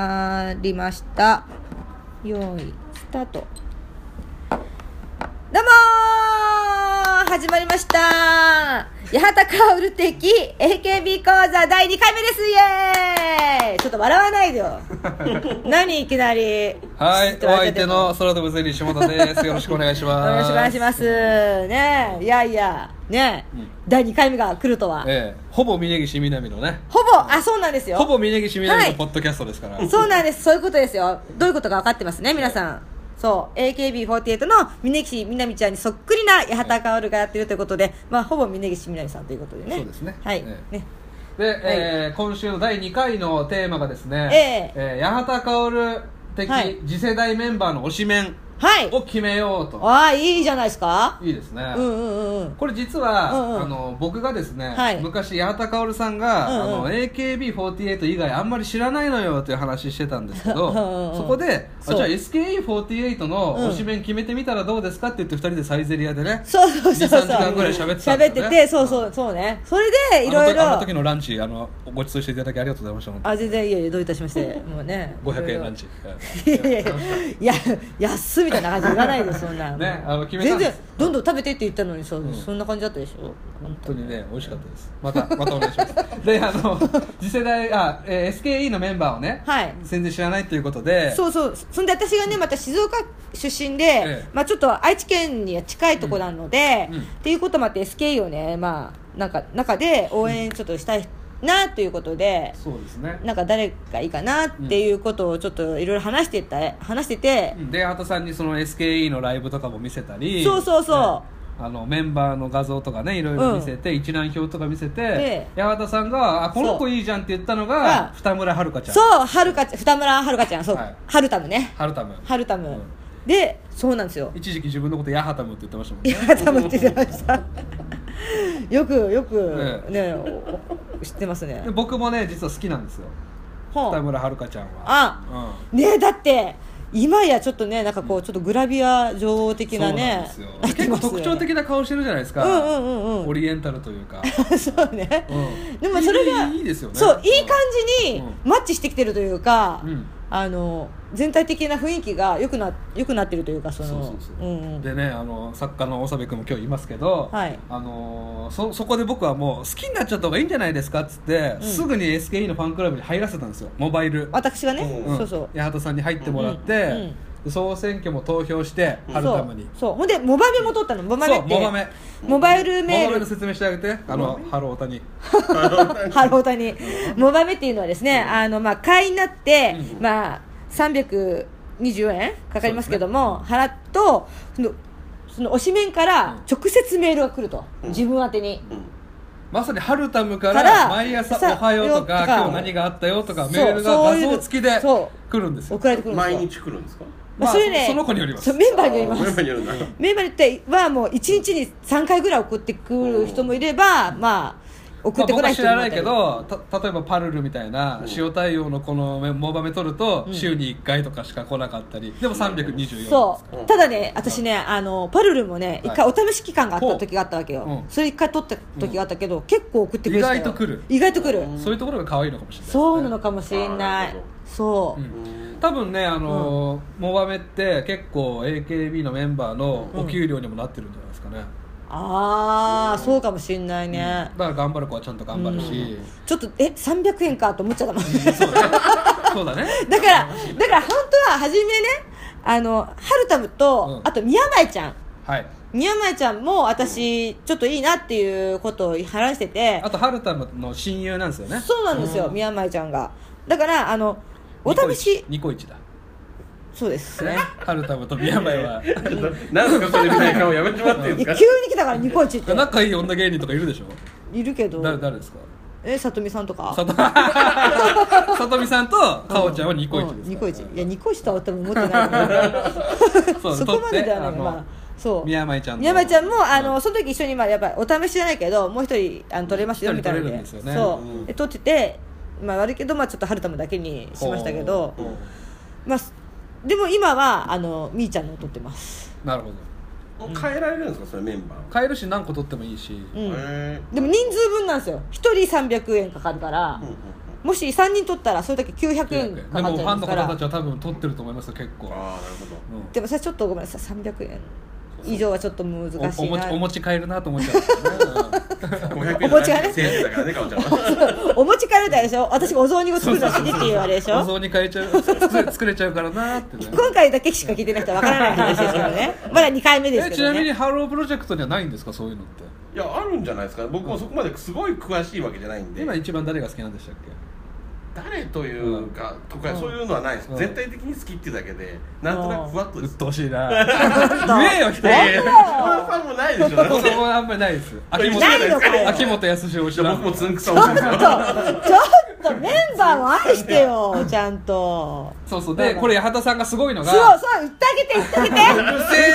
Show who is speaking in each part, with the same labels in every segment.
Speaker 1: 回りました用意スタートどうもー始まりました八幡薫的 AKB 講座第2回目ですイエーイちょっと笑わないで よ何いきなり
Speaker 2: はい、お相手
Speaker 1: お
Speaker 2: の空飛ぶゼリー下田です。よろしくお願いしま す。。
Speaker 1: 願いしますしますすねえいやいやねえ、
Speaker 2: うん
Speaker 1: 第2回目が来るとは、
Speaker 2: ええ、ほぼ峯岸みなみのね、
Speaker 1: ほぼあそうなんですよ
Speaker 2: ほぼ峯岸みなみ
Speaker 1: はい
Speaker 2: のポッドキャストですか ら。
Speaker 1: そうなんです。そういうことですよ。どういうことか分かってますね、皆さん。そう。AKB48 の峯岸みなみちゃんにそっくりな八幡薫がやってるということで、まあ、ほぼ峯岸みなみさんということでね。
Speaker 2: そうですね
Speaker 1: はい。
Speaker 2: ええ
Speaker 1: ね。
Speaker 2: で、えー、今週の第2回のテーマがですね、
Speaker 1: え
Speaker 2: えー八幡薫的
Speaker 1: はい
Speaker 2: 次世代メンバーの推しメン
Speaker 1: はい。
Speaker 2: を決めようと。
Speaker 1: ああ、いいじゃないですか。
Speaker 2: いいですね。
Speaker 1: うんうんうんうん。
Speaker 2: これ実は、
Speaker 1: うんうん
Speaker 2: あの僕がですね、
Speaker 1: はい
Speaker 2: 昔八幡薫さんが、
Speaker 1: うんうん
Speaker 2: あの AKB48 以外あんまり知らないのよという話してたんですけど
Speaker 1: うんうん
Speaker 2: そこであ
Speaker 1: そ
Speaker 2: じ
Speaker 1: う
Speaker 2: ゃあ SKE48 の推しメン決めてみたらどうですかって言って2人でサイゼリアでね
Speaker 1: そうそうそうそう。
Speaker 2: 2 3時間ぐらい喋ってたんだ
Speaker 1: 喋
Speaker 2: よ
Speaker 1: って
Speaker 2: ね
Speaker 1: て、そうそう、そうね。それで、いろいろ。
Speaker 2: あの時あの時のランチあのご馳走していただきありがとうございました本当に
Speaker 1: あ、全然、いやいや、どういたしま して。もうね。
Speaker 2: 500円ラン
Speaker 1: チ。
Speaker 2: チ
Speaker 1: いやいやいや、いや安みたいな感じ言わないで、そんな。
Speaker 2: ねあの決めた
Speaker 1: 全
Speaker 2: んです
Speaker 1: 然、どんどん食べてって言ったのにさ、
Speaker 2: ん
Speaker 1: そんな感じだったでしょ。
Speaker 2: 本当にね美味しかったですまたまたお願いしますであの次世代あ、えー SKE のメンバーをね、
Speaker 1: はい
Speaker 2: 全然知らないということで
Speaker 1: そうそうそんで私がねまた静岡出身で、
Speaker 2: ええ
Speaker 1: まあ、ちょっと愛知県には近いところなので、
Speaker 2: うんうん
Speaker 1: っていうこともあって SKE をね、まあ、なんか中で応援ちょっとしたいなということで、
Speaker 2: そうですね
Speaker 1: なんか誰がいいかなっていうことをちょっといろいろ話してた話してて、
Speaker 2: で八幡さんにその SKE のライブとかも見せたり
Speaker 1: そうそうそう
Speaker 2: ねあのメンバーの画像とかねいろいろ見せて、一覧表とか見せて
Speaker 1: え
Speaker 2: 八幡さんがあ「この子いいじゃん」って言ったの
Speaker 1: は
Speaker 2: が
Speaker 1: い
Speaker 2: 二村遥ちゃん
Speaker 1: そうはるかちゃん二村はるかちゃんそう、
Speaker 2: はい
Speaker 1: はるたむね
Speaker 2: はるたむ
Speaker 1: はるたむ、
Speaker 2: うん
Speaker 1: でそうなんですよ
Speaker 2: 一時期自分のこと「八幡む」って言ってましたもん
Speaker 1: い
Speaker 2: ね
Speaker 1: や多分って言ってましたよくよく
Speaker 2: え
Speaker 1: ね、お知ってますね
Speaker 2: で僕もね実は好きなんですよ
Speaker 1: ほう
Speaker 2: 二村遥ちゃんは
Speaker 1: あ
Speaker 2: うん
Speaker 1: ねえだって今やちょっとねなんかこうちょっとグラビア女王的なね
Speaker 2: そうなん
Speaker 1: なっ
Speaker 2: ですよ
Speaker 1: て
Speaker 2: 結構
Speaker 1: ますよ
Speaker 2: 特徴的な顔してるじゃないですか、
Speaker 1: うんうんうんうん
Speaker 2: オリエンタルというか、
Speaker 1: そうね、
Speaker 2: うん
Speaker 1: でもそれが
Speaker 2: いいいいですよね
Speaker 1: そういい感じに
Speaker 2: う
Speaker 1: マッチしてきてるというか、
Speaker 2: うん
Speaker 1: あの全体的な雰囲気が良くな良くなってるというかそ
Speaker 2: そう
Speaker 1: の
Speaker 2: そうそう、
Speaker 1: んうん
Speaker 2: でねあの作家の長部君も今日いますけど、
Speaker 1: はい
Speaker 2: あのそそこで僕はもう好きになっちゃった方がいいんじゃないですかっつって、
Speaker 1: ん
Speaker 2: すぐに SKE のファンクラブに入らせたんですよモバイル、
Speaker 1: 私がね、
Speaker 2: うん
Speaker 1: そうそう
Speaker 2: 八幡さんに入ってもらって、
Speaker 1: うんうん
Speaker 2: で総選挙も投票して春玉に。
Speaker 1: そうそうほんでモバメも取ったのモバメって
Speaker 2: そうモバメ
Speaker 1: モバイル
Speaker 2: モ
Speaker 1: メー
Speaker 2: バイル
Speaker 1: ル
Speaker 2: の説明してあげて、あの、ハロータに。
Speaker 1: ハロータに。モバメっていうのはですね、あの、まあ、会員になって、
Speaker 2: う
Speaker 1: まあ、320円かかりますけども、払っと、その、その推しメンから直接メールが来ると。自分宛てに。
Speaker 2: まさに春タムか
Speaker 1: から
Speaker 2: ら、毎朝おはようと
Speaker 1: さ
Speaker 2: か、
Speaker 1: ようとか
Speaker 2: 今日何があったよとか、
Speaker 1: そう
Speaker 2: メールが
Speaker 1: そう
Speaker 2: 画
Speaker 1: いう
Speaker 2: 像付きで
Speaker 1: そ
Speaker 2: 来るんですよ。
Speaker 1: 送られてくるんですよ。
Speaker 3: 毎日来るんですか
Speaker 1: まあ、
Speaker 2: まあ
Speaker 1: それね、
Speaker 2: その子によります
Speaker 1: そうメンバーによりま
Speaker 3: あ
Speaker 1: す
Speaker 3: メンバー。によるんだ
Speaker 1: メンバーによっては、もう1日に3回ぐらい送ってくる人もいれば、まあ、送
Speaker 2: ま
Speaker 1: っ
Speaker 2: あ
Speaker 1: てこな
Speaker 2: 僕はい知
Speaker 1: 人も
Speaker 2: ら
Speaker 1: た
Speaker 2: ない
Speaker 1: り
Speaker 2: けどた例えばパルルみたいな塩対応のこのめモバメ取ると週に1回とかしか来なかったりでも324円です
Speaker 1: そ
Speaker 3: うん
Speaker 1: うただね私ねあのパルルもね
Speaker 2: は
Speaker 1: 一
Speaker 2: い
Speaker 1: 回お試し期間があった時があったわけよ、
Speaker 2: うん
Speaker 1: それ一回取った時があったけど、結構送ってくる人よ
Speaker 2: 意外と来る
Speaker 1: 意外と来る、
Speaker 2: そういうところが可愛いのかもしれないですね
Speaker 1: そうなのかもしれな
Speaker 3: あーないるほど
Speaker 1: そう、
Speaker 2: うん多分ねあのーモバメって結構 AKB のメンバーのお給料にもなってるんじゃないですかね
Speaker 1: ああそうかもしれない
Speaker 2: だ
Speaker 1: ね、
Speaker 2: から頑張る子はちゃんと頑張るし
Speaker 1: ちょっとえ300円かと思っちゃったもん
Speaker 2: そうだねそうだね
Speaker 1: だからだから本当は初めねあのハルタムと、
Speaker 2: うん
Speaker 1: あと宮前ちゃん
Speaker 2: はい
Speaker 1: 宮前ちゃんも私ちょっといいなっていうことを話してて
Speaker 2: あとハルタムの親友なんですよね
Speaker 1: そうなんですよ、宮前ちゃんがだからあのお試し
Speaker 2: ニコイチだ
Speaker 1: そうです
Speaker 2: ね
Speaker 1: ね
Speaker 2: ハルタムと宮前は
Speaker 3: なんですかそれみたいな顔やめてもらっていい
Speaker 1: い
Speaker 3: で
Speaker 1: や
Speaker 3: す
Speaker 1: 急
Speaker 3: か
Speaker 1: に来たからニコイチって
Speaker 2: 仲いい女芸人とかいるでしょ
Speaker 1: いるけど
Speaker 2: 誰誰ですか
Speaker 1: えさとみさんとか
Speaker 2: さと さとみさんとかおちゃんはニコイチですから、
Speaker 1: うんニコイチいやニコイチとは多分思ってないから
Speaker 2: そう
Speaker 1: そこまでではな
Speaker 2: 撮
Speaker 1: い
Speaker 2: って
Speaker 1: まあそう
Speaker 2: 宮前ちゃんの
Speaker 1: 宮前ちゃんもあ
Speaker 2: う
Speaker 1: の
Speaker 2: ん
Speaker 1: その時一緒にまあやっぱお試しじゃないけどもう一人あの撮れますよ
Speaker 2: うん
Speaker 1: みたいなの
Speaker 2: 一人撮れるんですよね
Speaker 1: そううんで撮っててまあ悪いけどまあちょっと春田もだけにしましたけど
Speaker 2: おー
Speaker 1: まあでも今はあのみーちゃんのを撮ってます
Speaker 2: なるほど
Speaker 3: 変えられるんですかそれメンバー
Speaker 2: 買えるし何個取ってもいいし、
Speaker 1: うん
Speaker 3: へ
Speaker 1: でも人数分なんですよ一人300円かかるから
Speaker 3: ーうんうんうん
Speaker 1: もし3人取ったらそれだけ900
Speaker 2: 900円
Speaker 1: 円
Speaker 2: で
Speaker 1: かかっ
Speaker 2: も
Speaker 1: ち
Speaker 2: フ
Speaker 1: ゃいま
Speaker 2: ァン
Speaker 1: す
Speaker 2: の
Speaker 1: か
Speaker 2: 方
Speaker 1: ら
Speaker 2: たちは多分取ってると思いますよ結構、
Speaker 3: ああなるほど
Speaker 2: うん
Speaker 1: でもそれちょっとごめんなさい300円以上はちょっと難しいな
Speaker 2: おお餅 お餅買えるなと思っちゃうんですよね
Speaker 3: 500
Speaker 1: お
Speaker 3: 円
Speaker 1: 餅がね
Speaker 3: 1000円だからね かおちゃんは
Speaker 1: お餅からだよでしょ私お雑煮を作るの好きっていうあれでし
Speaker 2: お
Speaker 1: ょ
Speaker 2: 雑煮買えちゃう作れ 作れちゃうからなってね
Speaker 1: 今回だけ しか聞いてない人はわからない話ですけど ねまだ2回目です
Speaker 2: え
Speaker 1: け
Speaker 2: ち
Speaker 1: ど
Speaker 2: なみに
Speaker 1: ね
Speaker 2: ハロープロジェクトにはないんですかそういうのって
Speaker 3: いやあるんじゃないですか僕もそこまですごい詳しいわけじゃないんで
Speaker 2: 今一番誰が好きなんでしたっけ
Speaker 3: 誰というかとかそういうのはないです
Speaker 2: うん
Speaker 3: 絶対的に好きっていうだけでなんとなくふわっとで
Speaker 2: 鬱
Speaker 3: す
Speaker 2: 陶しい な言えよ一人
Speaker 1: え
Speaker 3: そのファンもないでしょだって
Speaker 2: 子供はあんまりないです秋元
Speaker 1: ないのかよ
Speaker 2: 秋元康を知
Speaker 3: じゃ
Speaker 2: ら
Speaker 3: あ
Speaker 2: ん
Speaker 3: 僕もつんくさ思うんですよ
Speaker 1: ちょっとメンバーも愛してよちゃんと
Speaker 2: そうそうでこれ八幡さんがすごいの
Speaker 1: そ
Speaker 2: が
Speaker 1: うそう言ってあげて言ってあげて
Speaker 2: うるせえ
Speaker 1: 言っ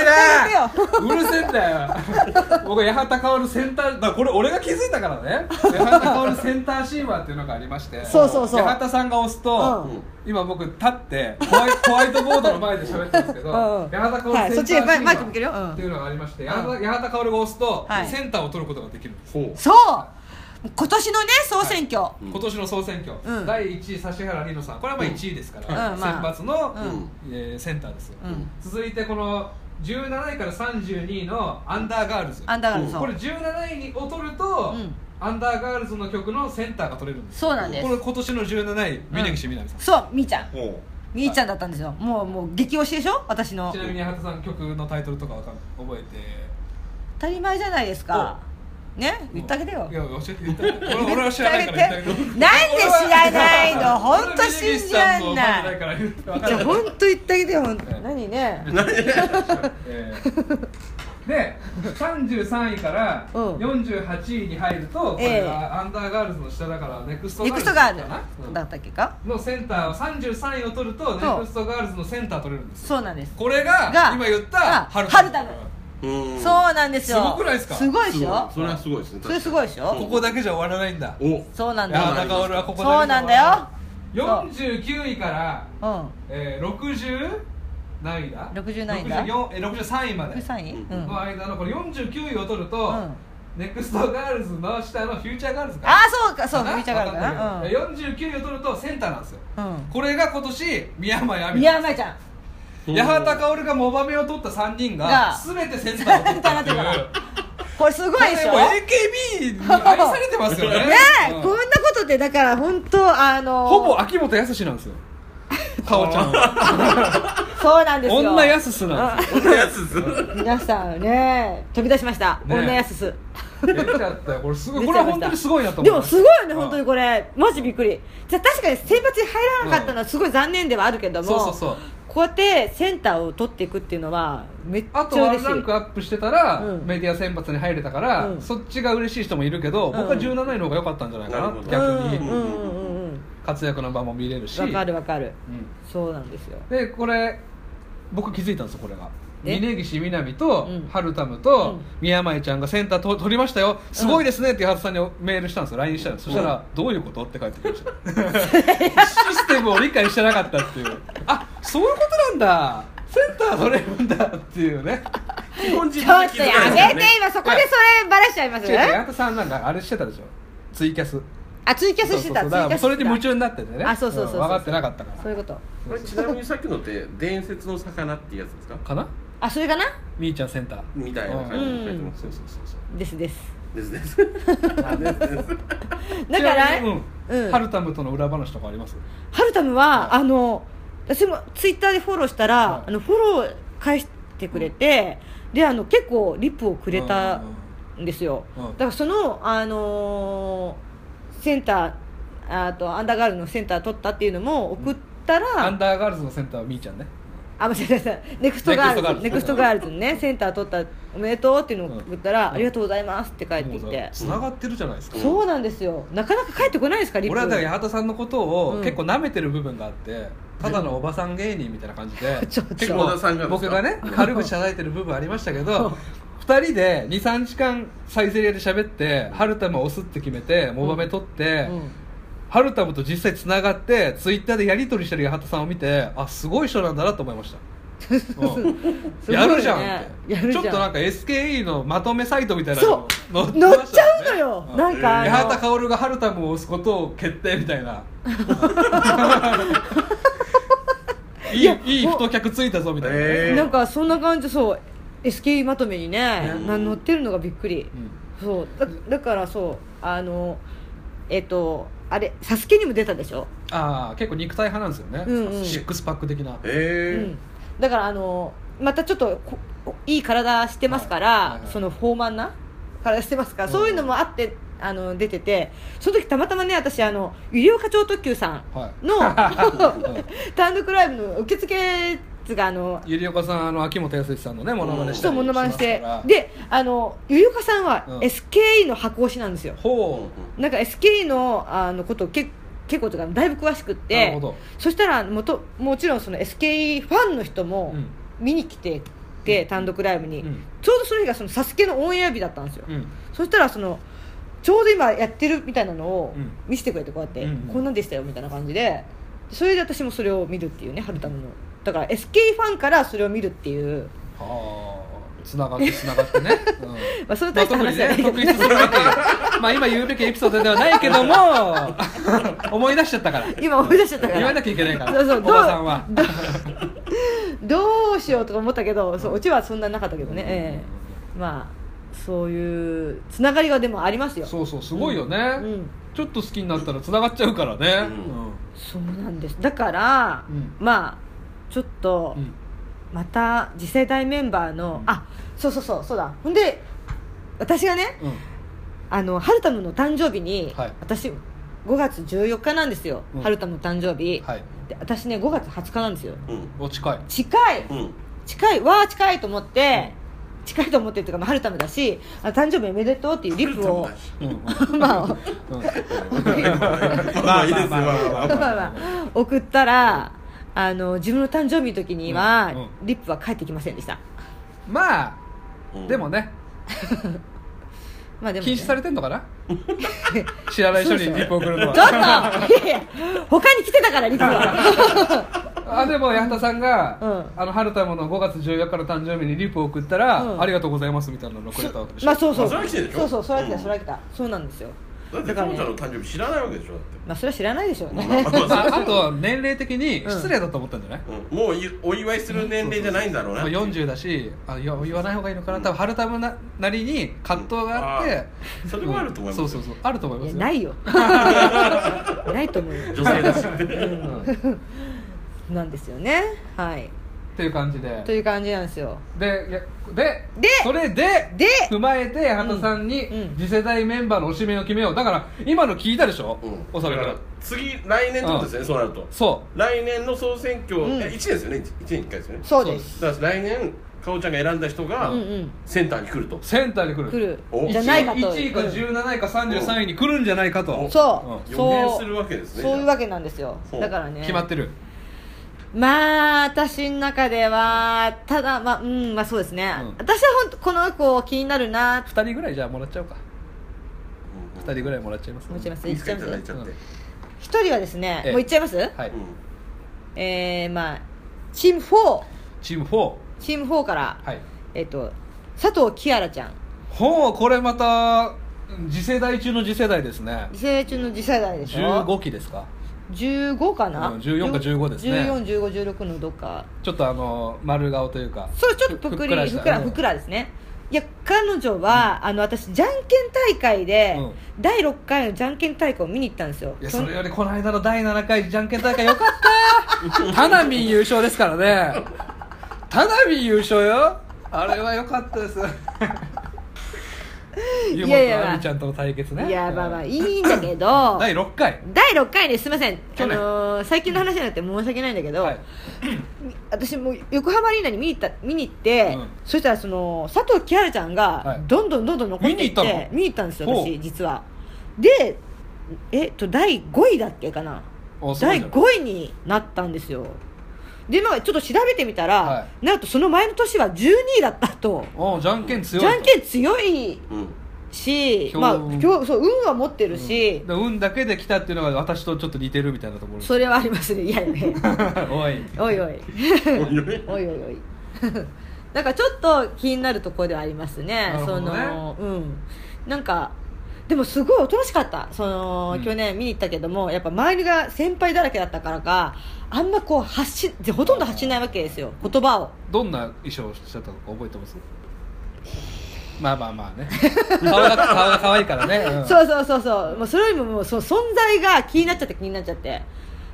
Speaker 1: て
Speaker 2: なうるせえんだよ僕は八幡薫センターだからこれ俺が気づいたからね八幡薫センターシーマーっていうのがありまして
Speaker 1: そうそうそう
Speaker 2: で八幡さんが押すと、
Speaker 1: うん
Speaker 2: 今僕立ってホワイホワイトボードの前で喋ってるんですけど、
Speaker 1: うん
Speaker 2: 八幡薫
Speaker 1: はい
Speaker 2: セ
Speaker 1: そ
Speaker 2: ン
Speaker 1: っち
Speaker 2: ターシ
Speaker 1: へ
Speaker 2: ーマ
Speaker 1: マイマイク
Speaker 2: ー
Speaker 1: 向けるようん
Speaker 2: っていうのがありまして、
Speaker 1: ん
Speaker 2: 八幡八幡薫が押すと、
Speaker 1: はい
Speaker 2: センターを取ることができるんです
Speaker 3: ほう
Speaker 1: そう今年のね総選挙、
Speaker 3: うん
Speaker 2: 今年の総選挙、
Speaker 1: うん
Speaker 2: 第1位指原莉乃さんこれはまあ1位ですから、
Speaker 1: うんまあ
Speaker 2: 選抜の、
Speaker 1: うん
Speaker 2: えーセンターですよ、
Speaker 1: うん
Speaker 2: 続いてこの17位から32位のアンダーガールズ
Speaker 1: アンダーガールズ、
Speaker 3: うん
Speaker 1: そう
Speaker 2: これ17位を取ると、
Speaker 1: うん
Speaker 2: アンダーガールズの曲のセンターが取れるんですよ
Speaker 1: そうなんです
Speaker 2: これ今年の17位峯岸みなみさん、
Speaker 1: そうみーちゃん
Speaker 3: ほ
Speaker 1: みーちゃんだったんですよ、もうもう激推しでしょ私の
Speaker 2: ちなみに八幡さん曲のタイトルとかわかん覚えて
Speaker 1: 当たり前じゃないですかね言ってあげてよ
Speaker 2: いや教えて言ったら俺俺は知らないから言ってあげて
Speaker 1: なんで知ら ないの本当信じらん
Speaker 2: 俺は峯岸さんのファンじゃ
Speaker 1: な
Speaker 2: ない
Speaker 1: い
Speaker 2: から言ってわかん
Speaker 1: じ
Speaker 2: な
Speaker 1: ゃ
Speaker 2: い
Speaker 1: 本当言ってあげてよ本当
Speaker 2: はい
Speaker 1: 何ね
Speaker 3: う何
Speaker 2: えーで33位から
Speaker 1: うん
Speaker 2: 48位に入ると、こ
Speaker 1: ええ
Speaker 2: れはアンダーガールズの下だからネクスト
Speaker 1: ネクストガール
Speaker 2: かな
Speaker 1: だったっけか
Speaker 2: のセンターを33位を取るとネクストガールズのセンター取れるんですよ
Speaker 1: そうなんです
Speaker 2: これが
Speaker 1: が
Speaker 2: 今言っ
Speaker 1: あ
Speaker 2: た
Speaker 1: 春田の
Speaker 3: うん
Speaker 1: そうなんですよ
Speaker 2: すごくないですか
Speaker 1: すごい
Speaker 3: す
Speaker 1: でし
Speaker 3: ごい
Speaker 1: ょ
Speaker 3: それはすごいですね
Speaker 1: それすごいでしょ
Speaker 2: ここだけじゃ終わらないんだ
Speaker 3: お
Speaker 1: そうなんだ
Speaker 2: いや
Speaker 1: よ
Speaker 2: 中俺はここだけじゃ
Speaker 1: そうなんだよ
Speaker 2: 終わらない49位から、
Speaker 1: う
Speaker 2: えー、60何位だ
Speaker 1: 60何位だ
Speaker 2: 64えー63位ま
Speaker 1: ん
Speaker 2: で
Speaker 1: 3位
Speaker 3: うん
Speaker 1: うんあ
Speaker 2: の間のこれ49位を取ると、
Speaker 1: うん
Speaker 2: ネクストガールズの下のフューチャーガールズかな
Speaker 1: あそうかそう
Speaker 2: かな
Speaker 1: みーちゃんガールか
Speaker 2: わかん
Speaker 1: な
Speaker 2: ないけど49位を取るとセンターなんですよ
Speaker 1: う
Speaker 2: これが今年宮前亜
Speaker 1: ん
Speaker 2: 美
Speaker 1: 宮前ちゃん
Speaker 2: 八幡薫がモバメを取った3人
Speaker 1: が
Speaker 2: が全てセンターを取ったってい
Speaker 1: センターになっ
Speaker 2: う
Speaker 1: これすごいでしょ
Speaker 2: これもう AKB に愛されてますよね
Speaker 1: ねえ、
Speaker 2: うん
Speaker 1: こんなことでだから本当あの
Speaker 2: ほぼ秋元康なんですよかおちゃんは
Speaker 1: そうなんですよ
Speaker 2: 女やすすなんで
Speaker 3: こんなやつ
Speaker 1: 皆さんね飛び出しました、
Speaker 2: ね
Speaker 1: 女やすす
Speaker 2: すよ出ちゃったよこれすご
Speaker 1: 出
Speaker 2: いこ
Speaker 1: ち
Speaker 2: れ
Speaker 1: ゃいました
Speaker 2: は本当にすごいなと思
Speaker 1: で
Speaker 2: う
Speaker 1: もすごいね
Speaker 2: うん
Speaker 1: 本当にこれマジびっくりじゃあ確かに選抜に入らなかったのはすごい残念ではあるけども、
Speaker 2: そうそうそう
Speaker 1: こうやってセンターを取っていくっていうのはめっちゃ
Speaker 2: あとワ
Speaker 1: 嬉
Speaker 2: ン
Speaker 1: し
Speaker 2: ランク
Speaker 1: い
Speaker 2: アップしてたら、
Speaker 1: うん
Speaker 2: メディア選抜に入れたから、
Speaker 1: うん
Speaker 2: そっちが嬉しい人もいるけど、僕は17位の方が良かったんじゃないかな、
Speaker 3: なるほど
Speaker 2: 逆に、
Speaker 1: うんうんうんうん
Speaker 2: 活躍の場も見れるし
Speaker 1: わかるわかる
Speaker 2: うん
Speaker 1: そうなんですよ
Speaker 2: でこれ僕気づいたんですよこれが
Speaker 1: え
Speaker 2: 峯岸みなみと、
Speaker 1: うん
Speaker 2: ハルタムと、
Speaker 1: うん
Speaker 2: 宮前ちゃんがセンターと取りましたよすごいですねってハルさんにメールしたんですよ LINE したんですそしたら、どういうことって返ってきまし たシステムを理解してなかったっていうあそういうことなんだセンター取れるんだっていうね
Speaker 3: 日本人
Speaker 1: ちょっ
Speaker 3: 的
Speaker 1: と
Speaker 3: な
Speaker 1: や
Speaker 3: やつ
Speaker 1: め
Speaker 3: だ
Speaker 1: て
Speaker 3: ね
Speaker 1: 今そこでそれバラしちゃいます
Speaker 2: 違う違う八幡さんなんかあれしてたでしょツイキャス
Speaker 1: あツイキャスしてた
Speaker 2: そ
Speaker 1: ツイ
Speaker 2: うそうそうだ
Speaker 1: キ
Speaker 2: か
Speaker 1: ャ
Speaker 2: ら
Speaker 1: ス
Speaker 2: それに夢
Speaker 1: に
Speaker 2: 中になっててね
Speaker 1: あそうそうそうそうん
Speaker 2: 分かってなかったか
Speaker 1: そういうこと
Speaker 3: これちなみにさっきのって伝説の魚ってやつですから
Speaker 2: かな
Speaker 1: あそれかな
Speaker 2: みーちゃんセンター
Speaker 3: みたいな感じで書いてます
Speaker 2: そうそうそうそう
Speaker 1: ですです
Speaker 3: ですですですです
Speaker 1: だから
Speaker 2: ちなみにうん
Speaker 1: うん
Speaker 2: ハルタムとの裏話とかあります
Speaker 1: ハルタムは、あの私もツイッターでフォローしたら、
Speaker 2: はい
Speaker 1: あのフォロー返してくれて、であの結構リップをくれたんですよ、
Speaker 2: うんうん
Speaker 1: だからその、あのーセンターあとアンダーガールのセンター取ったっていうのも送ったら、
Speaker 2: アンダーガールズのセンターはみーちゃんね
Speaker 1: あ間違えたネクストガールズネ
Speaker 2: ネ
Speaker 1: ク
Speaker 2: ク
Speaker 1: ス
Speaker 2: ス
Speaker 1: ト
Speaker 2: ト
Speaker 1: ガ
Speaker 2: ガ
Speaker 1: ールズにねセンター取ったおめでとうっていうのを送ったら、
Speaker 2: うん
Speaker 1: ありがとうございますって返ってき
Speaker 2: もう
Speaker 1: て
Speaker 2: さ、繋がってるじゃないですか
Speaker 1: そうなんですよなかなか返ってこないですかリップ
Speaker 2: 俺はだから八幡さんのこと
Speaker 1: うん
Speaker 2: を結構舐めてる部分があってただのおばさん芸人みたいな感じで
Speaker 1: ちょっと
Speaker 2: 結
Speaker 3: 小田さんが
Speaker 2: 構
Speaker 3: で
Speaker 2: 僕
Speaker 3: す
Speaker 2: が
Speaker 3: か
Speaker 2: ね軽口叩いてる部分ありましたけど2人で23時間サイゼリアで喋って春玉を押すって決めてモバメ取って、
Speaker 1: うん
Speaker 2: ハルタムと実際つながってツイッターでやり取りしてる八幡さんを見てあすごい人なんだなと思いました うんやるじゃ
Speaker 1: すご
Speaker 2: んっ
Speaker 1: い
Speaker 2: て
Speaker 1: ねやるじ
Speaker 2: ち
Speaker 1: ゃ
Speaker 2: ょ
Speaker 1: ん
Speaker 2: っとなんか SKE のまとめサイトみたいな
Speaker 1: そ
Speaker 2: の
Speaker 1: う
Speaker 2: 載ってましたもんね
Speaker 1: 載っちゃうのよなんかあの
Speaker 2: 八幡薫が春田ムを押すことを決定みた いないい
Speaker 1: いや
Speaker 2: いい太客ついたぞみたいなね、
Speaker 3: へー
Speaker 1: なんかそんな感じそう SKE まとめにね
Speaker 2: ね
Speaker 1: な乗ってるのがびっくり
Speaker 2: うん
Speaker 1: そうだだからそうあのえっとあれ「サスケにも出たでしょ、
Speaker 2: ああ結構肉体派なんですよね、
Speaker 1: うんうん
Speaker 2: シックスパック的な
Speaker 1: う
Speaker 3: え
Speaker 1: ん、だからあのまたちょっとこいい体してますから、
Speaker 2: はいはいはい
Speaker 1: その豊満な体してますから、
Speaker 2: うん
Speaker 1: そういうのもあってあの出ててその時たまたまね私あの医療課長特急さん
Speaker 2: はい
Speaker 1: の、
Speaker 2: うん
Speaker 1: 単独ライブの受付図があの
Speaker 2: ゆりおかさんあの秋元康さんのねモノマネした
Speaker 1: 人
Speaker 2: り
Speaker 1: ものまねして
Speaker 2: ますから
Speaker 1: であのゆりおかさんは
Speaker 2: うん
Speaker 1: SKE の箱推しなんですよ、
Speaker 2: ほ
Speaker 1: なんか SKE のあのことけ結構とかだいぶ詳しくっ
Speaker 2: うな
Speaker 1: て
Speaker 2: るほど、
Speaker 1: そしたらもともちろんその SKE ファンの人も
Speaker 2: うん
Speaker 1: 見に来てて、単独ライブに、
Speaker 2: うん
Speaker 1: ちょうどその日がそのサスケのオンエア日だったんですよ、
Speaker 2: うん、
Speaker 1: そしたらそのちょうど今やってるみたいなのを
Speaker 2: うん
Speaker 1: 見せてくれてこうやって、
Speaker 2: うんうん
Speaker 1: こんなんでしたよみたいな感じでそれで私もそれを見るっていうね春田のだから SKE ファンからそれを見るっていう、
Speaker 2: はあつながってつながっ てね、うん
Speaker 1: まあ、それ
Speaker 2: まあ、
Speaker 1: 大した
Speaker 2: 特
Speaker 1: 話
Speaker 2: に
Speaker 1: じゃな
Speaker 2: ね
Speaker 1: いけど、
Speaker 2: 特筆するべきまあ今言うべきエピソードではないけ ども思い出しちゃった から
Speaker 1: 今思い出しちゃったから
Speaker 2: 言わなきゃいけないから
Speaker 1: そうそう
Speaker 2: おばさんは
Speaker 1: どうどうしようとか思ったけどそうオチはそんななかったけどね、ええまあそういうつながりがでもありますよ
Speaker 2: そうそうすごいよね、
Speaker 1: うん
Speaker 2: ちょっと好きになったらつながっちゃうからね
Speaker 1: そうなんですだから、
Speaker 2: うん
Speaker 1: まあちょっと、
Speaker 2: うん、うん
Speaker 1: また次世代メンバーの、
Speaker 2: うん
Speaker 1: あそうそうそうそうだほんで私がね
Speaker 2: うん
Speaker 1: あのハルタムの誕生日に、
Speaker 2: はい
Speaker 1: 私5月14日なんですよ、
Speaker 2: うん
Speaker 1: ハルタムの誕生日、
Speaker 2: はい
Speaker 1: で私ね5月20日なんですよ
Speaker 3: うんうん
Speaker 2: お近い
Speaker 1: 近い
Speaker 3: うん
Speaker 1: 近いわあ近いと思って、近いと思ってっていうか、まあ、春ためだしあ誕生日おめでとうっていうリップを
Speaker 2: うんう ん
Speaker 1: まあま
Speaker 2: うん
Speaker 3: まあいいですよ
Speaker 1: あまあ 送ったらあの自分の誕生日の時には、
Speaker 2: うんうん
Speaker 1: リップは返ってきませんでした
Speaker 2: まあ
Speaker 3: うん
Speaker 2: でもね
Speaker 1: まあでもね、
Speaker 2: 禁止されてんの かな知らない人にリップ送るの
Speaker 1: ちょっと
Speaker 2: はい
Speaker 1: やいや他に来てたからリップは
Speaker 2: あでも八幡さんが、
Speaker 1: う
Speaker 2: あの春田もの5月14日の誕生日にリップを送ったら、
Speaker 1: うん
Speaker 2: ありがとうございますみたいなのをくれたわけでしょ、
Speaker 1: まあそうそう
Speaker 3: あそれは来てるでしょ
Speaker 1: そうそうそれは来た
Speaker 3: うん
Speaker 1: それは来たそうなんですよ
Speaker 3: だって彼女の誕生日知らないわけでしょだって
Speaker 1: まあそれは知らないでしょうね、
Speaker 2: まあ、あとは年齢的に失礼だと思ったんじゃない、
Speaker 3: うんもういお祝いする年齢じゃないんだろうな
Speaker 2: まあ、40だしあいや言わない方がいいのかな多分春田もななりに葛藤があって、
Speaker 3: うんそれもあると思います
Speaker 2: そ
Speaker 3: よ
Speaker 2: うそうそうあると思いま
Speaker 1: いや
Speaker 2: すよ
Speaker 1: ない よないと思うよ
Speaker 3: 女性だしって
Speaker 2: うん
Speaker 1: なんですよねはい
Speaker 2: っていう感じで
Speaker 1: という感じなんですよ
Speaker 2: でいやで
Speaker 1: で
Speaker 2: それで
Speaker 1: で
Speaker 2: 踏まえて八幡さんに
Speaker 1: うん
Speaker 2: 次世代メンバーの推しメンを決めようだから今の聞いたでしょ、
Speaker 3: うん
Speaker 2: おそら
Speaker 3: だから
Speaker 2: く
Speaker 3: 次来年ってことですねそうなると
Speaker 2: そ
Speaker 3: 来年の総選挙
Speaker 1: うん
Speaker 3: え1年ですよね1年1回ですよね
Speaker 1: そうです
Speaker 3: だから来年かおちゃんが選んだ人が
Speaker 1: うんうん
Speaker 3: センターに来ると
Speaker 2: うセンターに来る
Speaker 1: 来る
Speaker 3: お
Speaker 1: じゃないかと
Speaker 2: 1位か17位か33位に来るんじゃないかと、
Speaker 3: うん
Speaker 1: そう
Speaker 3: 予
Speaker 1: そ
Speaker 3: 言
Speaker 1: う
Speaker 3: するわけですね
Speaker 1: そういうわけなんですよ
Speaker 3: そう
Speaker 1: だからね
Speaker 2: 決まってる
Speaker 1: まあ私の中ではただまあうんまあそうですね、
Speaker 2: うん
Speaker 1: 私は本当この子気になるな
Speaker 2: 2人ぐらいじゃあもらっちゃおうか
Speaker 3: うん
Speaker 2: 2人ぐらいもらっちゃいます
Speaker 1: 思っちゃいます
Speaker 3: いい
Speaker 1: い
Speaker 3: で
Speaker 1: っ
Speaker 3: す
Speaker 1: ち
Speaker 3: か
Speaker 1: ゃい
Speaker 3: いただ
Speaker 1: ま
Speaker 3: い
Speaker 1: す
Speaker 3: ちゃって
Speaker 2: うん
Speaker 1: 一人はですね
Speaker 2: ええ
Speaker 1: もういっちゃいます
Speaker 2: はい、
Speaker 3: う
Speaker 1: えー、まあチーム4
Speaker 2: チーム4は
Speaker 1: チーム4から、
Speaker 2: い
Speaker 1: えっと佐藤キアラちゃん
Speaker 2: ほうこれまた次世代中の次世代ですね
Speaker 1: 次世代中の次世代でしょ
Speaker 2: 15期ですか
Speaker 1: 15, かな、
Speaker 2: うん14か15ですね
Speaker 1: 141516のどっか
Speaker 2: ちょっとあの丸顔というか
Speaker 1: そうちょっとぷくりふ
Speaker 2: し
Speaker 1: く
Speaker 2: た
Speaker 1: らふくらですねいや彼女は、あの私じゃんけん大会で、第6回のじゃんけん大会を見に行ったんですよ
Speaker 2: いやそれよりこの間の第7回じゃんけん大会よか ったタナミン優勝ですからねタナミン優勝よあれはよかった です湯
Speaker 1: い
Speaker 2: 本
Speaker 1: やいや
Speaker 2: 亜美ちゃんとの対決ね
Speaker 1: いやまあまあ
Speaker 2: うん
Speaker 1: いいんだけど
Speaker 2: 第6回
Speaker 1: 第6回ねすいません、あ
Speaker 2: 去年
Speaker 1: のー最近の話になって申し訳ないんだけど、
Speaker 2: はい
Speaker 1: 私もう横浜アリーナに見に行った見に行って、
Speaker 2: うん
Speaker 1: そしたらその佐藤キハラちゃん
Speaker 2: は
Speaker 1: が
Speaker 2: い
Speaker 1: どんどんどんどん残っていって
Speaker 2: 見に行ったの
Speaker 1: 見に行ったんですよ
Speaker 2: ほう
Speaker 1: 私実はでえっと第5位だっけかな
Speaker 2: おすご
Speaker 1: 第
Speaker 2: いじゃん
Speaker 1: 5位になったんですよでまあちょっと調べてみたら、
Speaker 2: は
Speaker 1: なんとその前の年は12位だったと
Speaker 2: おじゃんけん強い
Speaker 1: じゃんけん強い
Speaker 3: んうん
Speaker 1: し、
Speaker 2: うん
Speaker 1: まあ、
Speaker 2: 強運
Speaker 1: 今日そう運は持ってるし、
Speaker 2: で運だけで来たっていうのが私とちょっと似てるみたいなところ
Speaker 1: それはありますねいやいや
Speaker 2: おい
Speaker 1: おいおいお
Speaker 3: おいおい
Speaker 1: いおいおい なんかちょっと気になるところではありますね
Speaker 2: なるほどね
Speaker 1: そのうんなんかでもすごいおとなしかったその、
Speaker 2: うん
Speaker 1: 去年見に行ったけどもやっぱ周りが先輩だらけだったからかあんまこう発しほとんど発しないわけですよ言葉を
Speaker 2: どんな衣装をしてたのか覚えてますまあまあま あね顔が顔が可愛いからね、うん
Speaker 1: そうそうそうそうもうそれよりももうそ存在が気になっちゃって気になっちゃって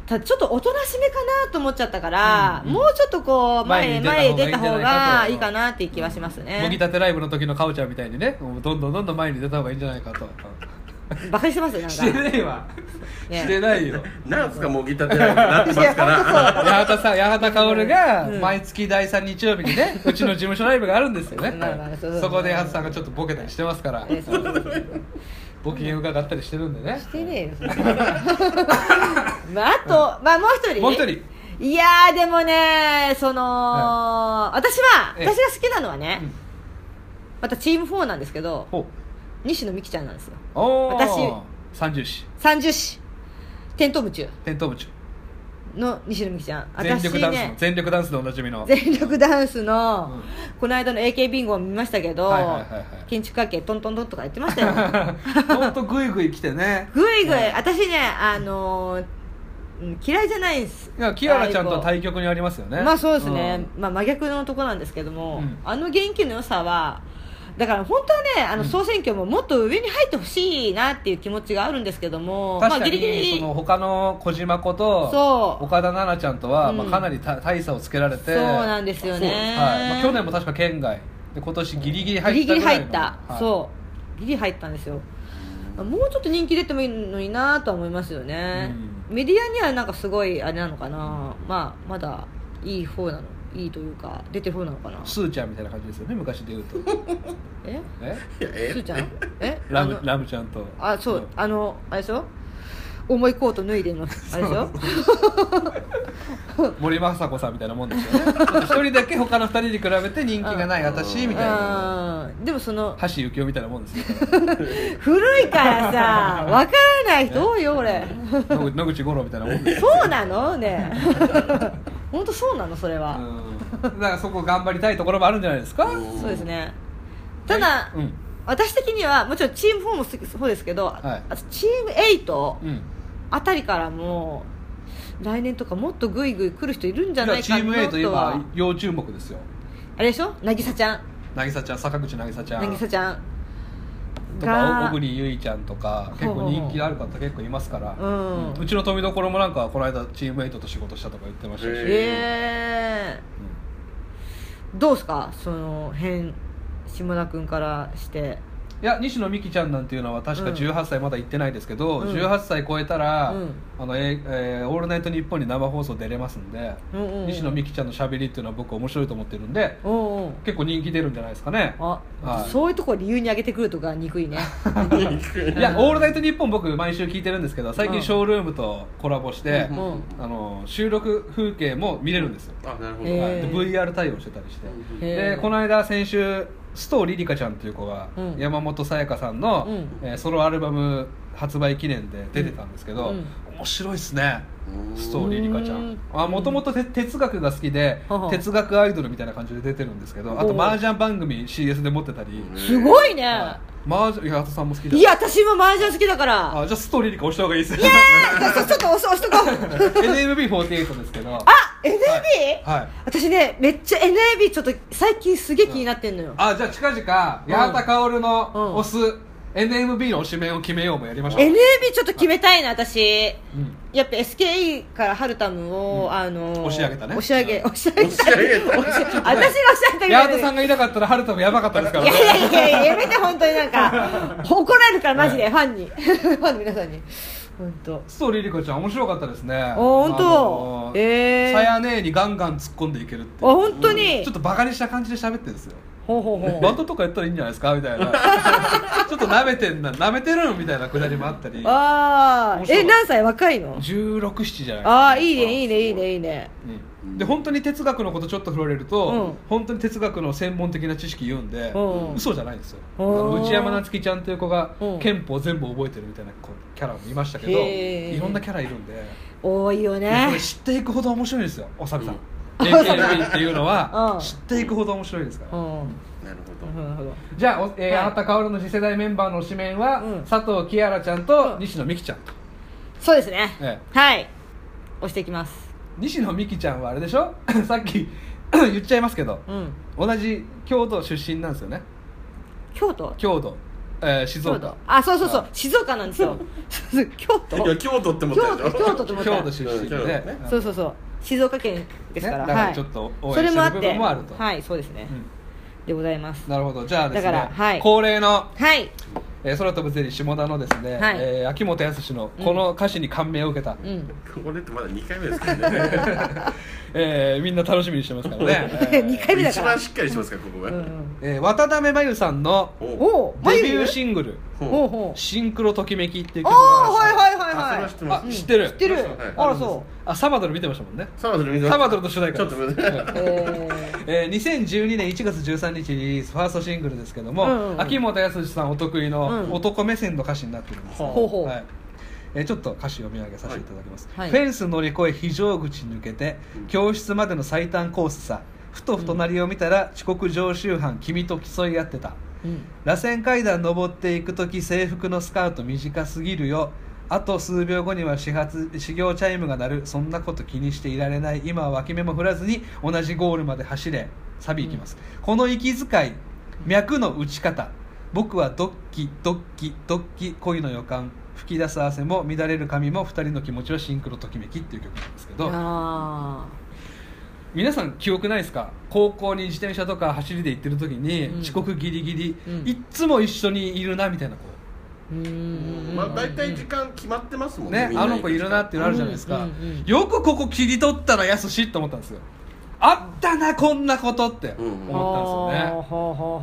Speaker 1: ただちょっとおとなしめかなと思っちゃったから、
Speaker 2: うんうん
Speaker 1: もうちょっとこう前
Speaker 2: 前
Speaker 1: 前
Speaker 2: に
Speaker 1: に
Speaker 2: 出
Speaker 1: 出
Speaker 2: た
Speaker 1: た
Speaker 2: 方
Speaker 1: 方
Speaker 2: が
Speaker 1: が
Speaker 2: い
Speaker 1: い
Speaker 2: い
Speaker 1: い
Speaker 2: んじゃないかと
Speaker 1: かなっていう気はしますね、
Speaker 2: もぎたてライブの時のかおちゃんみたいにねもうどんどんどんどん前に出た方がいいんじゃないかと
Speaker 1: バカにしてますよなんか
Speaker 2: してないわ
Speaker 1: ね
Speaker 2: してな いよ
Speaker 3: なんすかもぎたてられなってますか
Speaker 1: いや本当そう
Speaker 2: 八幡
Speaker 3: ら
Speaker 2: さん八幡薫が
Speaker 1: うん
Speaker 2: 毎月第3日曜日にねうちの事務所ライブがあるんですよね
Speaker 1: まあまあそうそう
Speaker 2: そこで八幡さんがちょっとボケたりしてますから
Speaker 1: えそうそうそう
Speaker 2: ご機嫌伺ったりしてるんでね
Speaker 1: してねえ よまああと、まあ、もう一人
Speaker 2: もう一人
Speaker 1: いやーでもねその、私は
Speaker 2: ええ
Speaker 1: 私が好きなのはね、
Speaker 2: うん
Speaker 1: またチーム4なんですけど
Speaker 2: ほう
Speaker 1: 西野美紀ちゃんなんですよ
Speaker 2: お
Speaker 1: 私
Speaker 2: 三十四
Speaker 1: 三十子テント部中
Speaker 2: テント部長
Speaker 1: の西野美紀ちゃん
Speaker 2: 全力ダンスの
Speaker 1: ね
Speaker 2: 全力ダンスでおなじみの
Speaker 1: 全力ダンスの、
Speaker 2: うん
Speaker 1: この間の AK ビンゴを見ましたけど、
Speaker 2: はいはいはいはい
Speaker 1: 建築家系トントントンとか言ってました よ
Speaker 2: ほんとグイグイ来てね
Speaker 1: ぐいぐい私ねあのーうん嫌いじゃないんです
Speaker 2: いやキアラちゃんと
Speaker 1: ああ
Speaker 2: は
Speaker 1: いう
Speaker 2: 対局にありますよね
Speaker 1: まあそうですね、まあ、真逆のとこなんですけども、
Speaker 2: うん
Speaker 1: あの元気の良さはだから本当はねあの
Speaker 2: うん
Speaker 1: 総選挙ももっと上に入ってほしいなっていう気持ちがあるんですけども、ま
Speaker 2: 確
Speaker 1: あ、
Speaker 2: か
Speaker 1: ギリギ
Speaker 2: に
Speaker 1: リ
Speaker 2: その他の小島子と
Speaker 1: そう
Speaker 2: 岡田奈々ちゃんとは
Speaker 1: うん
Speaker 2: まあかなりた大差をつけられて
Speaker 1: そうなんですよね
Speaker 2: そうはいまあ去年も確か県外で今年ギリギ
Speaker 1: ギ
Speaker 2: リ入
Speaker 1: リ
Speaker 2: っ
Speaker 1: ギ
Speaker 2: た
Speaker 1: リ
Speaker 2: ぐらい
Speaker 1: 入
Speaker 2: の
Speaker 1: った、
Speaker 2: はい
Speaker 1: そうギリ入ったんですよもうちょっと人気出てもいいのになとは思いますよね、メディアにはなんかすごいあれなのかな、まあまだいい方なのいいというか出てる方なのかな
Speaker 2: スーちゃんみたいな感じですよね昔で言う と
Speaker 1: え
Speaker 2: え
Speaker 3: いやえ
Speaker 1: すーちゃんえ
Speaker 2: ラ
Speaker 1: あ
Speaker 2: ム
Speaker 1: の
Speaker 2: ラムちゃんと
Speaker 1: あそう、あのあれでしょ重いコート脱いでのあれでし ょ
Speaker 2: うん森昌子さんみたいなもんです よねちょっと一人だけ他の二人に比べて人気がない私みたいな
Speaker 1: うんでもその
Speaker 2: 橋幸夫みたいなもんですよ
Speaker 1: 古いから さわからない人多いよ俺
Speaker 2: 野口野口五郎みたいなも んですよ
Speaker 1: そうなの ね本当そうなのそれは、
Speaker 2: うんだからそこ頑張りたいところもあるんじゃないですか
Speaker 3: うん
Speaker 1: そうですねただ、
Speaker 2: うん
Speaker 1: 私的にはもちろんチーム4も好きそうですけど、
Speaker 2: はい
Speaker 1: あとチーム8
Speaker 2: うん
Speaker 1: あたりからも来年とかもっとグイグイ来る人いるんじゃない
Speaker 2: チ
Speaker 1: かな
Speaker 2: ーム A といえ
Speaker 1: は
Speaker 2: ば要注目ですよ
Speaker 1: あれでしょ渚ちゃん
Speaker 2: 渚ちゃん坂口渚ちゃん
Speaker 1: 渚ちゃん
Speaker 2: とか
Speaker 1: が
Speaker 2: 小栗ゆいちゃんとか結構人気ある方結構いますから
Speaker 1: うん
Speaker 2: うちの富所もなんかこの間チーム8と仕事したとか言ってましたし
Speaker 3: へ
Speaker 1: え
Speaker 2: うん
Speaker 1: ー、どうですかその辺下田君からして
Speaker 2: いや西野美紀ちゃんなんていうのは確か
Speaker 1: うん
Speaker 2: 18歳まだ行ってないですけど、
Speaker 1: うん
Speaker 2: 18歳超えた
Speaker 1: う
Speaker 2: ら「
Speaker 1: ん
Speaker 2: あのえーえーオールナイトニッポン」に生放送出れますんで、
Speaker 1: うんうんうん
Speaker 2: 西野美紀ちゃんのしゃべりっていうのは僕面白いと思ってるんで
Speaker 1: おうおう
Speaker 2: 結構人気出るんじゃないですかね
Speaker 1: あ、
Speaker 2: はい
Speaker 1: そういうとこ理由に挙げてくるとか憎 いね
Speaker 2: いや「オールナイトニッポン」僕毎週聞いてるんですけど最
Speaker 1: う
Speaker 2: 近
Speaker 1: ん
Speaker 2: ショールームとコラボして
Speaker 1: う、ん
Speaker 2: あの収録風景も見れるんですよ、
Speaker 3: あなるほど、
Speaker 1: へ
Speaker 2: は
Speaker 1: え
Speaker 2: いで VR 対応してたりして、
Speaker 1: へ
Speaker 2: で
Speaker 1: ー
Speaker 2: この間先週須藤りりかちゃんという子が、
Speaker 1: うん
Speaker 2: 山本さやかさんの、
Speaker 1: うん
Speaker 2: えーソロアルバム発売記念で出てたんですけど、
Speaker 1: うん
Speaker 2: 面白いっすね
Speaker 3: うん
Speaker 2: 須藤りりかちゃ
Speaker 1: うん
Speaker 2: んあもともと哲学が好きで
Speaker 1: はは
Speaker 2: 哲学アイドルみたいな感じで出てるんですけどあと
Speaker 1: おう
Speaker 2: 麻雀番組 CS で持ってたり
Speaker 1: すごいね、
Speaker 2: はい麻雀八幡さんも好きじゃん
Speaker 1: いや私も麻雀好きだから
Speaker 2: あじゃあ須藤りりか押した方がいいですよ
Speaker 1: あちょちょっと押しと こう
Speaker 2: NMB48 ですけどあ
Speaker 1: あ NAB、
Speaker 2: はい
Speaker 1: 私ねめっちゃ NAB ちょっと最近すげえ気になってんのよ、
Speaker 2: あじゃあ近々八幡薫の推す NMB の推しメンを決めようもやりましょう
Speaker 1: NAB ちょっと決めたいな私
Speaker 2: うん
Speaker 1: やっぱ SKE からハルタムを、あのー
Speaker 2: 押し上げたね
Speaker 1: 押し上げ
Speaker 2: うん
Speaker 1: 押し上げた
Speaker 3: 押し上げた
Speaker 1: 押 し私が押し上げた
Speaker 2: 八幡さんがいなかったら春田もやばかったですか
Speaker 1: い
Speaker 2: ら
Speaker 1: や
Speaker 2: ね
Speaker 1: いやいやいややめて本当になん か怒られるからマジで、ファンに ファンの皆さんに本当
Speaker 2: ストーリーリコちゃん面白かったですねあ
Speaker 1: 本
Speaker 2: の
Speaker 1: 当
Speaker 2: ー
Speaker 1: ええ
Speaker 2: さ
Speaker 1: ー、あ
Speaker 2: や姉にガンガン突っ込んでいけるっていう
Speaker 1: 本当に、
Speaker 2: ちょっとバカにした感じで喋ってるんですよ
Speaker 1: ほうほうほう
Speaker 2: バンドとかやったらいいんじゃないですかみたい なちょっとなめてんななめてるみたいなくだりもあったり
Speaker 1: ああ
Speaker 2: 面白い
Speaker 1: え何歳若いの
Speaker 2: 167じゃない
Speaker 1: ああいいねいいねいいねいいね
Speaker 2: うんで本当に哲学のことちょっと振られると、
Speaker 1: うん
Speaker 2: 本当に哲学の専門的な知識言うんで、
Speaker 1: うん
Speaker 2: 嘘じゃないんですよあ
Speaker 1: おー
Speaker 2: の内山なつきちゃんという子が
Speaker 1: うん
Speaker 2: 憲法全部覚えてるみたいな子キャラもいましたけど
Speaker 1: へー
Speaker 2: いろんなキャラいるんで
Speaker 1: 多いよ
Speaker 2: これ
Speaker 1: ね
Speaker 2: 知っていくほど面白いですよおさみさん、
Speaker 1: うん
Speaker 2: AKB っていう の
Speaker 1: う
Speaker 2: は
Speaker 1: ん
Speaker 2: 知っていくほど面白いですから、
Speaker 1: うん
Speaker 3: なるほ
Speaker 1: なるほどなるほど
Speaker 2: じゃあ、おえー
Speaker 1: はい
Speaker 2: あなた薫の次世代メンバーの指名は、
Speaker 1: うん
Speaker 2: 佐藤キアラちゃんと西野美紀ちゃんと、
Speaker 1: そうですね
Speaker 2: え
Speaker 1: はい押していきます
Speaker 2: 西野美紀ちゃんはあれでしょさっき 言っちゃいますけど
Speaker 1: うん
Speaker 2: 同じ京都出身なんですよね
Speaker 1: 京都
Speaker 2: 京都、えー静
Speaker 1: 京
Speaker 2: 岡
Speaker 1: 都あそうそうそ
Speaker 2: は
Speaker 1: う静岡なんですよ京都
Speaker 3: どいや京都って思っ
Speaker 1: 京
Speaker 3: た
Speaker 1: 都
Speaker 3: でしょ
Speaker 1: 京都と思った
Speaker 2: 京都出身で、
Speaker 3: うん京都ね
Speaker 2: うん
Speaker 1: そうそうそう静岡県ですから、
Speaker 2: ねだから
Speaker 1: はい
Speaker 2: ちょっと応援してる部分もあると
Speaker 1: それもあってはいそうですね、
Speaker 2: う
Speaker 1: でございます
Speaker 2: んなるほどじゃあですね
Speaker 1: だからはい
Speaker 2: 恒例の、
Speaker 1: はい
Speaker 2: えー空飛ぶゼリー下田のですね、
Speaker 1: はい
Speaker 2: えー秋元康のこの歌詞に感銘を受けた、
Speaker 1: うん
Speaker 3: これってまだ2回目ですからね
Speaker 2: えーみんな楽しみにしてますからね、 え
Speaker 1: 二
Speaker 2: ー
Speaker 1: 回目だ
Speaker 3: 一
Speaker 1: から
Speaker 3: 番しっかりしてますからここが、
Speaker 1: うんうん
Speaker 2: えー渡辺真由さんの
Speaker 3: お
Speaker 1: おう
Speaker 2: デ
Speaker 1: 眉
Speaker 2: ビュ
Speaker 1: 毛
Speaker 2: ーシングル
Speaker 1: ほう
Speaker 3: う
Speaker 1: ほ
Speaker 2: 「
Speaker 1: う
Speaker 2: シンクロときめき」っていう
Speaker 1: おお
Speaker 2: 曲があ
Speaker 1: はい
Speaker 2: るん
Speaker 1: はいはい
Speaker 3: あそれ
Speaker 1: は
Speaker 3: はい知ってます
Speaker 2: あ知ってる
Speaker 1: 知ってる、
Speaker 3: はい
Speaker 1: あらそ
Speaker 2: ですあサバドル見てましたもんね
Speaker 3: サバドル見て
Speaker 2: サバド
Speaker 3: ル
Speaker 2: ルと主題歌
Speaker 3: ちょっと待って
Speaker 1: うえー
Speaker 2: えー2012年1月13日リリースファーストシングルですけども、
Speaker 1: うんうん
Speaker 2: 秋元康さんお得意
Speaker 1: うん
Speaker 2: の男目線の歌詞になってるんです、
Speaker 1: ほうほう
Speaker 2: はいえーちょっと歌詞読み上げさせていただきます、
Speaker 1: はい
Speaker 2: フェンス乗り越え非常口抜けて、
Speaker 3: うん
Speaker 2: 教室までの最短コースさふとふと隣を見たら遅刻常習犯君と競い合ってた
Speaker 1: うん
Speaker 2: 螺旋階段登っていく時制服のスカート短すぎるよあと数秒後には始発始業チャイムが鳴るそんなこと気にしていられない今は脇目も振らずに同じゴールまで走れサビいきます、この息遣い脈の打ち方僕はドッキドッキドッキ恋の予感吹き出す汗も乱れる髪も二人の気持ちはシンクロときめきっていう曲なんですけど
Speaker 1: あ
Speaker 2: 皆さん記憶ないですか高校に自転車とか走りで行ってる時に、
Speaker 1: うん
Speaker 2: 遅刻ギリギリ、
Speaker 1: うん
Speaker 2: いっつも一緒にいるなみたいな子、
Speaker 1: ーうーん
Speaker 3: まあ大体時間決まってますもんね
Speaker 2: ね
Speaker 3: みん
Speaker 2: あ
Speaker 3: な
Speaker 2: の子いるなっていうのあるじゃないですか、
Speaker 1: うんうんうん
Speaker 2: よくここ切り取ったらやすしと思ったんですよあったなこんなことって思ったんですよね、
Speaker 1: ほうほうほうほ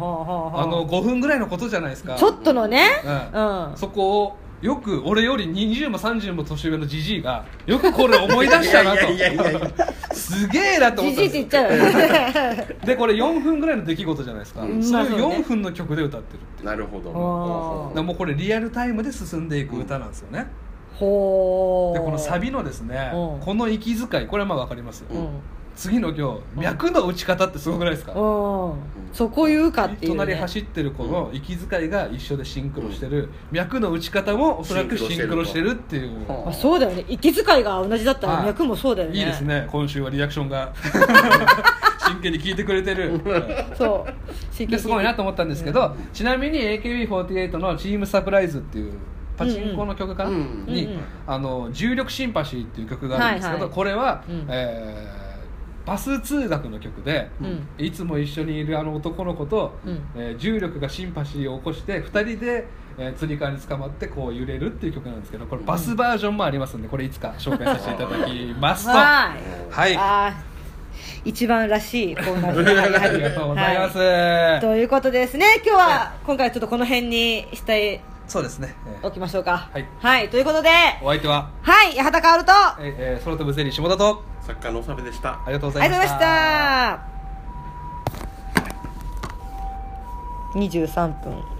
Speaker 1: うほう
Speaker 2: あの5分ぐらいのことじゃないですか
Speaker 1: ちょっとのねう、
Speaker 2: うんん、そこをよく俺より20も30も年上のじじいがよくこれ思い出したなと
Speaker 3: いやいやいやいや
Speaker 2: すげえなと思っ
Speaker 1: じ
Speaker 2: た
Speaker 1: じ
Speaker 2: ん
Speaker 1: い
Speaker 2: で
Speaker 1: っ
Speaker 2: す
Speaker 1: て
Speaker 2: よ
Speaker 1: 言っちゃうよね
Speaker 2: でこれ4分ぐらいの出来事じゃないですか、
Speaker 3: うん
Speaker 2: それを
Speaker 1: まあそうね
Speaker 2: 4分の曲で歌ってる
Speaker 3: なるほど
Speaker 1: あー
Speaker 2: だからもうこれリアルタイムで進んでいく歌なんですよね、
Speaker 1: ほう
Speaker 2: でこのサビのですね、
Speaker 1: うん
Speaker 2: この息遣いこれはまあわかりますよ、
Speaker 1: うん、うん
Speaker 2: 次の行脈の打ち方ってすごくないですか、
Speaker 1: そこ言うかっていう、ね、
Speaker 2: 隣走ってる子の息遣いが一緒でシンクロしてる、脈の打ち方もおそらくシンクロしてるっていう、
Speaker 3: は
Speaker 1: あそうだよね息遣いが同じだったら
Speaker 2: はい
Speaker 1: 脈もそうだよね
Speaker 2: いいですね今週はリアクショ ンが真剣に聞いてくれてる、
Speaker 1: そう
Speaker 2: ですごいなと思ったんですけど、ちなみに AKB48 の「チームサプライズ」っていうパチンコの曲かな、
Speaker 3: うんうん
Speaker 2: に、
Speaker 1: うんうん
Speaker 2: あの「重力シンパシー」っていう曲があるんですけど、
Speaker 1: はいはい
Speaker 2: これは、
Speaker 1: うん
Speaker 2: えーバス通学の曲で、
Speaker 1: うん
Speaker 2: いつも一緒にいるあの男の子と、
Speaker 1: うん
Speaker 2: えー重力がシンパシーを起こして2人で、えー、釣り革に捕まってこう揺れるっていう曲なんですけどこれバスバージョンもありますんでこれいつか紹介させていただきます と。は
Speaker 1: はい
Speaker 2: い
Speaker 1: あー一番らしいコーナーですね
Speaker 2: ありがとうございます、
Speaker 1: はということでですね今日は今回はちょっとこの辺にして
Speaker 2: そうですね、えー
Speaker 1: おきましょうか
Speaker 2: はい
Speaker 1: ということで
Speaker 2: お相手は、
Speaker 1: はい八幡薫とあ
Speaker 2: えーえー、空飛ぶゼリー下田と
Speaker 3: 作家のおさべでした
Speaker 2: ありがとうご
Speaker 1: りが
Speaker 2: ざ
Speaker 1: と
Speaker 2: い
Speaker 1: う
Speaker 2: ま
Speaker 1: ござい
Speaker 2: し。
Speaker 1: ましたた23分